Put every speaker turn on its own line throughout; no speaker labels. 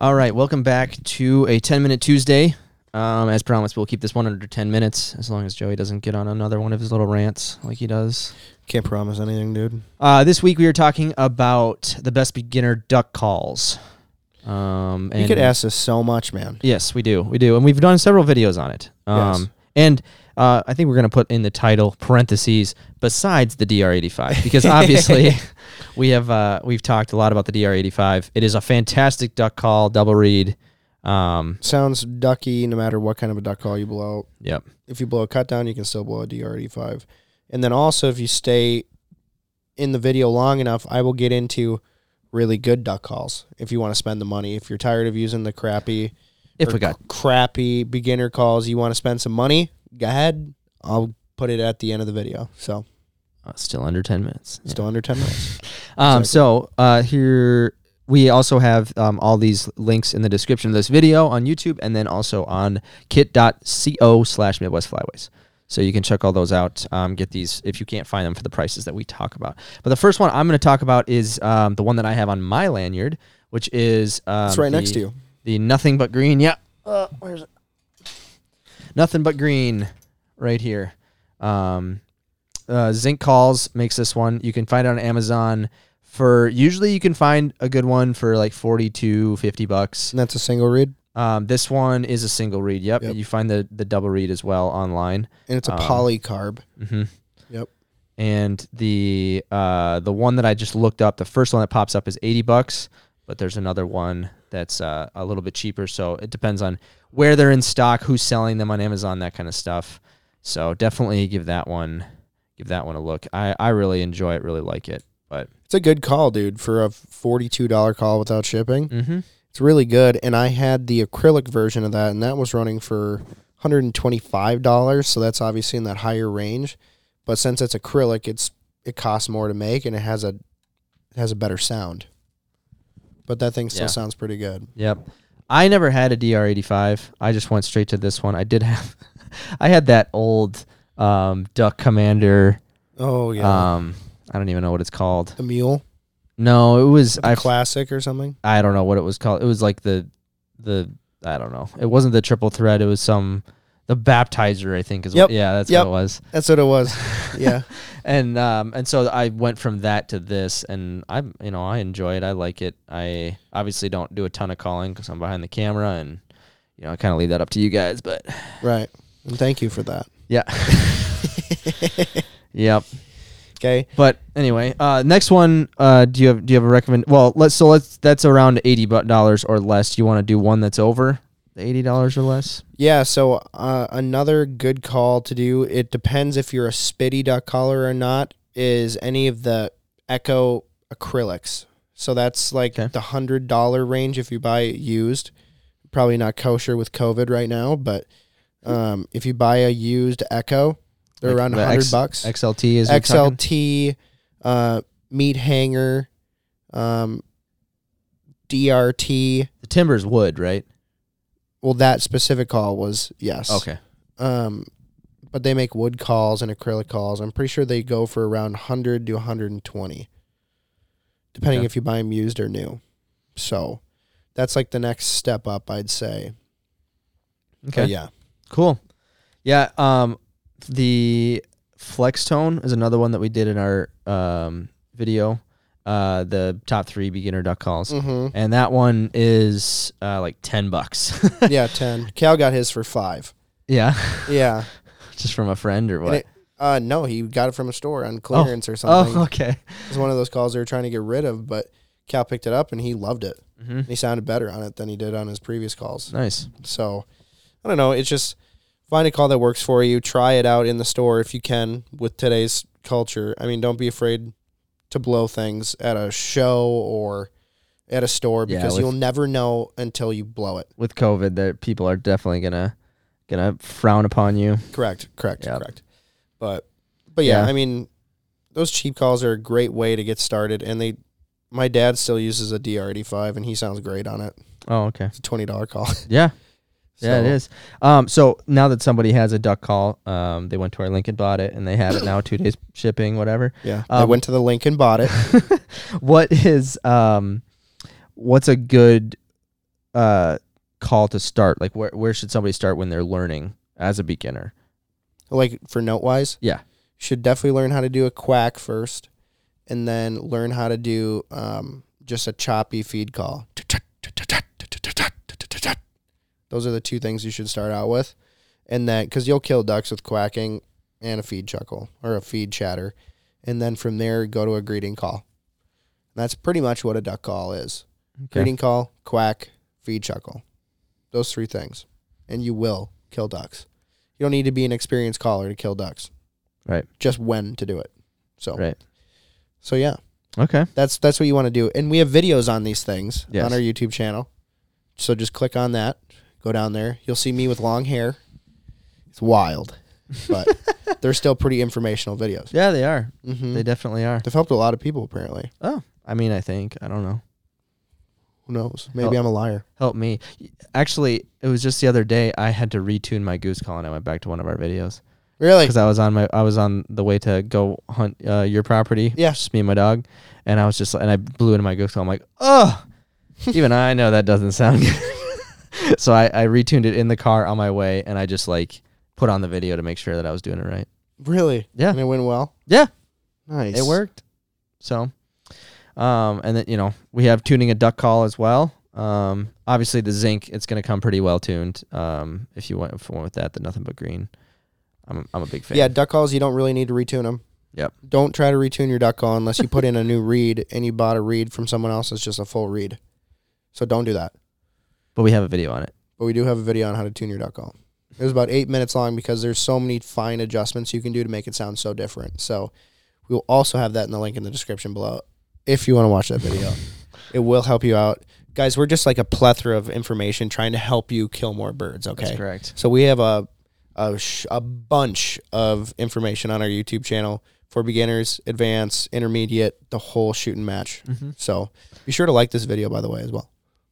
All right, welcome back to a 10 minute Tuesday. Um, as promised, we'll keep this one under 10 minutes as long as Joey doesn't get on another one of his little rants like he does.
Can't promise anything, dude.
Uh, this week we are talking about the best beginner duck calls. Um, and
you could ask us so much, man.
Yes, we do. We do. And we've done several videos on it. Um,
Yes.
And uh, I think we're going to put in the title parentheses besides the DR85 because obviously we have uh, we've talked a lot about the DR85. It is a fantastic duck call, double read. Um,
Sounds ducky no matter what kind of a duck call you blow.
yep.
If you blow a cut down, you can still blow a DR85. And then also, if you stay in the video long enough, I will get into really good duck calls if you want to spend the money. If you're tired of using the crappy,
If
or
we got
c- crappy beginner calls, you want to spend some money, go ahead. I'll put it at the end of the video. So,
uh, still under 10 minutes.
still under 10 minutes.
Um,
Exactly.
So uh, here we also have um, all these links in the description of this video on YouTube and then also on kit.co slash Midwest Flyways. So you can check all those out. Um, get these if you can't find them for the prices that we talk about. But the first one I'm going to talk about is um, the one that I have on my lanyard, which is um,
It's right next
the-
to you.
the nothing but green. Yeah. Uh, where's it? Nothing but green, right here. Um, uh, Zinc calls makes this one. You can find it on Amazon for usually you can find a good one for like 42 50 bucks
And that's a single read.
um, this one is a single read yep,
Yep.
you find the, the double read as well online
And it's a
Um,
polycarb.
hmm
Yep.
and the uh, the one that i just looked up the first one that pops up is 80 bucks but there's another one that's uh, a little bit cheaper so it depends on where they're in stock who's selling them on amazon that kind of stuff so definitely give that one give that one a look i, I really enjoy it really like it but
It's a good call, dude, for a $42 call without shipping.
mm-hmm.
It's really good. And I had the acrylic version of that, and that was running for $125. So that's obviously in that higher range. But since it's acrylic, it's it costs more to make and it has a it has a better sound. But that thing still
Yeah.
sounds pretty good.
Yep. I never had a DR85. I just went straight to this one. I did have, I had that old um, Duck Commander.
Oh yeah.
Um, I don't even know what it's called.
the mule?
No, it was
The
I.
classic or something?
I don't know what it was called. It was like the, the I don't know. It wasn't the triple thread. It was some the baptizer. I think is what.
Yep.
Yeah, that's what
Yep.
it was.
That's what it was. yeah.
And um and so I went from that to this, and I'm you know I enjoy it. I like it. I obviously don't do a ton of calling because I'm behind the camera, and you know I kind of leave that up to you guys, but.
Right. And thank you for that.
Yeah. yep.
Okay.
But anyway, uh, next one. Uh, do you have do you have a recommend? Well, let's so let's that's around eighty bu- dollars or less. You want to do one that's over the eighty dollars or less?
Yeah, so uh, another good call to do. It depends if you're a spitty duck caller or not. Is any of the Echo acrylics? So that's like
Okay.
the hundred dollar range if you buy it used. Probably not kosher with COVID right now, but um, if you buy a used Echo, they're
Like
around
the
hundred
X-
bucks.
XLT is what you're talking?
XLT, uh, meat hanger, um, DRT.
The timbers wood, right?
Well, that specific call was yes.
Okay.
Um, but they make wood calls and acrylic calls. I'm pretty sure they go for around 100 to 120, depending
Okay.
if you buy them used or new. So that's like the next step up, I'd say.
Okay.
But Oh, yeah.
Cool. Yeah. Um, the flex tone is another one that we did in our um video. Uh, the top three beginner duck calls,
hmm
and that one is uh like ten bucks.
yeah, 10. Cal got his for five.
yeah.
Yeah.
just from a friend or
And
what?
it- uh, no, he got it from a store on clearance or something.
oh, okay.
It was one of those calls they were trying to get rid of, but Cal picked it up and he loved it.
hmm
And he sounded better on it than he did on his previous calls.
Nice.
So I don't know. It's just find a call that works for you. Try it out in the store if you can with today's culture. I mean, don't be afraid to blow things at a show or at a store
Yeah,
because
with-
you'll never know until you blow it.
With COVID, that people are definitely gonna gonna frown upon you.
Correct. Correct.
Yeah.
Correct. But but yeah,
Yeah.
I mean, those cheap calls are a great way to get started and they my dad still uses a DR85 and he sounds great on it.
Oh, okay.
It's a $20 call.
Yeah, yeah, it
So-
is. Um, so now that somebody has a duck call, um, they went to our link and bought it, and they have it now. Two days shipping, whatever.
Yeah. I
Um,
went to the link and bought it.
what is um, what's a good uh, call to start? Like, where where should somebody start when they're learning as a beginner?
like for note wise.
Yeah.
Should definitely learn how to do a quack first and then learn how to do um, just a choppy feed call. Those are the two things you should start out with. And then, because you'll kill ducks with quacking and a feed chuckle or a feed chatter. And then from there, go to a greeting call. That's pretty much what a duck call is greeting call, quack, feed chuckle. Those three things. And you will kill ducks. You don't need to be an experienced caller to kill ducks.
Right.
Just when to do it. So
Right.
so yeah.
Okay.
That's that's what you want to do. And we have videos on these things
Yes.
on our YouTube channel. So just click on that. Go down there. You'll see me with long hair. It's wild. But they're still pretty informational videos.
Yeah, they are.
Mm-hmm.
They definitely are.
They've helped a lot of people apparently.
Oh, I mean, I think I don't know.
Who knows? Maybe I'm a liar.
Help me. Actually, it was just the other day I had to retune my goose call and I went back to one of our videos
Really?
because I was on my I was on the way to go hunt uh, your property.
Yeah.
just me and my dog, and I was just and I blew into my goose call. I'm like, oh, even I know that doesn't sound good. so I, I retuned it in the car on my way, and I just like put on the video to make sure that I was doing it right.
Really?
Yeah.
And it went well?
Yeah.
Nice.
it worked. So, um, and then you know we have tuning a duck call as well. Um, obviously the zinc it's going to come pretty well tuned. Um, if you want for one with that, then nothing but green. I'm I'm a big fan.
Yeah, duck calls, you don't really need to retune them.
Yep.
Don't try to retune your duck call unless you put in a new read and you bought a read from someone else that's just a full read. So don't do that.
but we have a video on it.
But we do have a video on how to tune your duck call. It was about eight minutes long because there's so many fine adjustments you can do to make it sound so different. So we'll also have that in the link in the description below if you want to watch that video. it will help you out. Guys, we're just like a plethora of information trying to help you kill more birds, okay?
That's correct.
So we have a a, sh- a bunch of information on our YouTube channel for beginners, advanced, intermediate, the whole shooting match. So be sure to like this video, by the way, as well.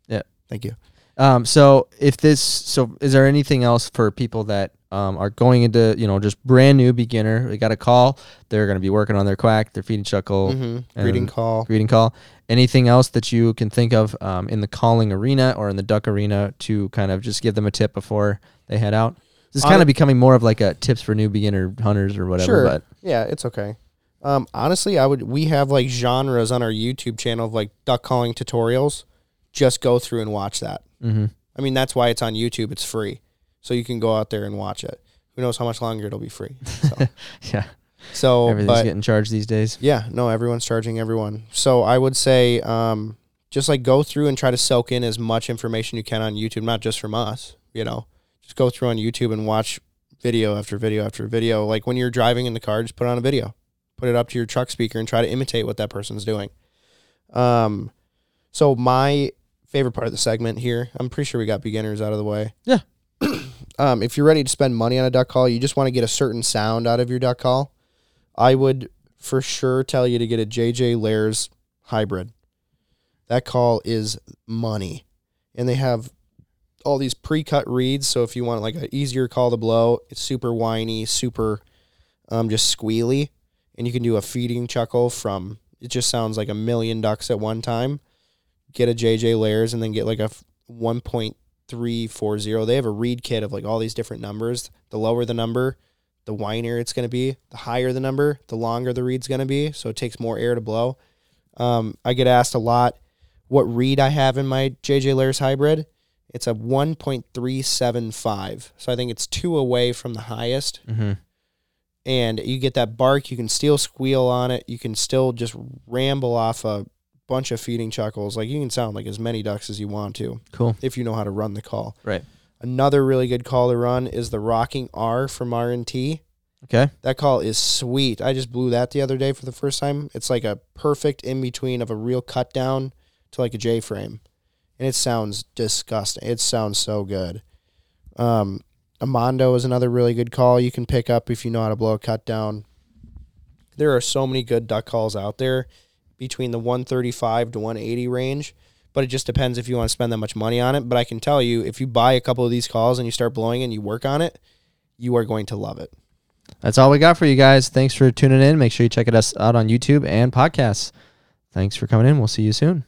Mm-hmm. Yeah.
Thank you.
Um, so if this, so is there anything else for people that um, are going into, you know, just brand new beginner? They got a call. They're going to be working on their quack, their feeding chuckle,
Mm-hmm. Greeting
And-
call.
greeting call. Anything else that you can think of um, in the calling arena or in the duck arena to kind of just give them a tip before they head out? This is kind
Hon-
of becoming more of like a tips for new beginner hunters or whatever.
Sure.
But
Yeah, it's okay. Um, honestly, I would. We have like genres on our YouTube channel of like duck calling tutorials. Just go through and watch that.
Mhm.
I mean, that's why it's on YouTube. It's free, so you can go out there and watch it. Who knows how much longer it'll be free? So,
yeah,
so
everything's
but
getting charged these days.
Yeah, no, everyone's charging everyone. So I would say um, just like go through and try to soak in as much information you can on YouTube, not just from us, you know. Just go through on YouTube and watch video after video after video. Like when you're driving in the car, just put on a video. Put it up to your truck speaker and try to imitate what that person's doing. Um so my favorite part of the segment here, I'm pretty sure we got beginners out of the way.
Yeah.
um, if you're ready to spend money on a duck call, you just want to get a certain sound out of your duck call. I would for sure tell you to get a JJ Lairs hybrid. That call is money. And they have all these pre cut reads. So if you want like an easier call to blow, it's super whiny, super um, just squealy. And you can do a feeding chuckle from it just sounds like a million ducks at one time. Get a JJ Lairs and then get like a f- 1.340. They have a read kit of like all these different numbers. The lower the number, the whiner it's going to be, the higher the number, the longer the read's going to be. So it takes more air to blow. Um, I get asked a lot what read I have in my JJ Lairs hybrid. It's a 1.375. So I think it's two away from the highest.
hmm
And you get that bark. You can still squeal on it. You can still just ramble off a bunch of feeding chuckles. Like you can sound like as many ducks as you want to
Cool.
if you know how to run the call.
Right.
Another really good call to run is the rocking R from R&T.
Okay.
That call is sweet. I just blew that the other day for the first time. It's like a perfect in between of a real cut down to like a J frame. And it sounds disgusting. It sounds so good. Um, Amando is another really good call you can pick up if you know how to blow a cut down. There are so many good duck calls out there between the 135 to 180 range, but it just depends if you want to spend that much money on it. But I can tell you, if you buy a couple of these calls and you start blowing and you work on it, you are going to love it.
That's all we got for you guys. Thanks for tuning in. Make sure you check us out on YouTube and podcasts. Thanks for coming in. We'll see you soon.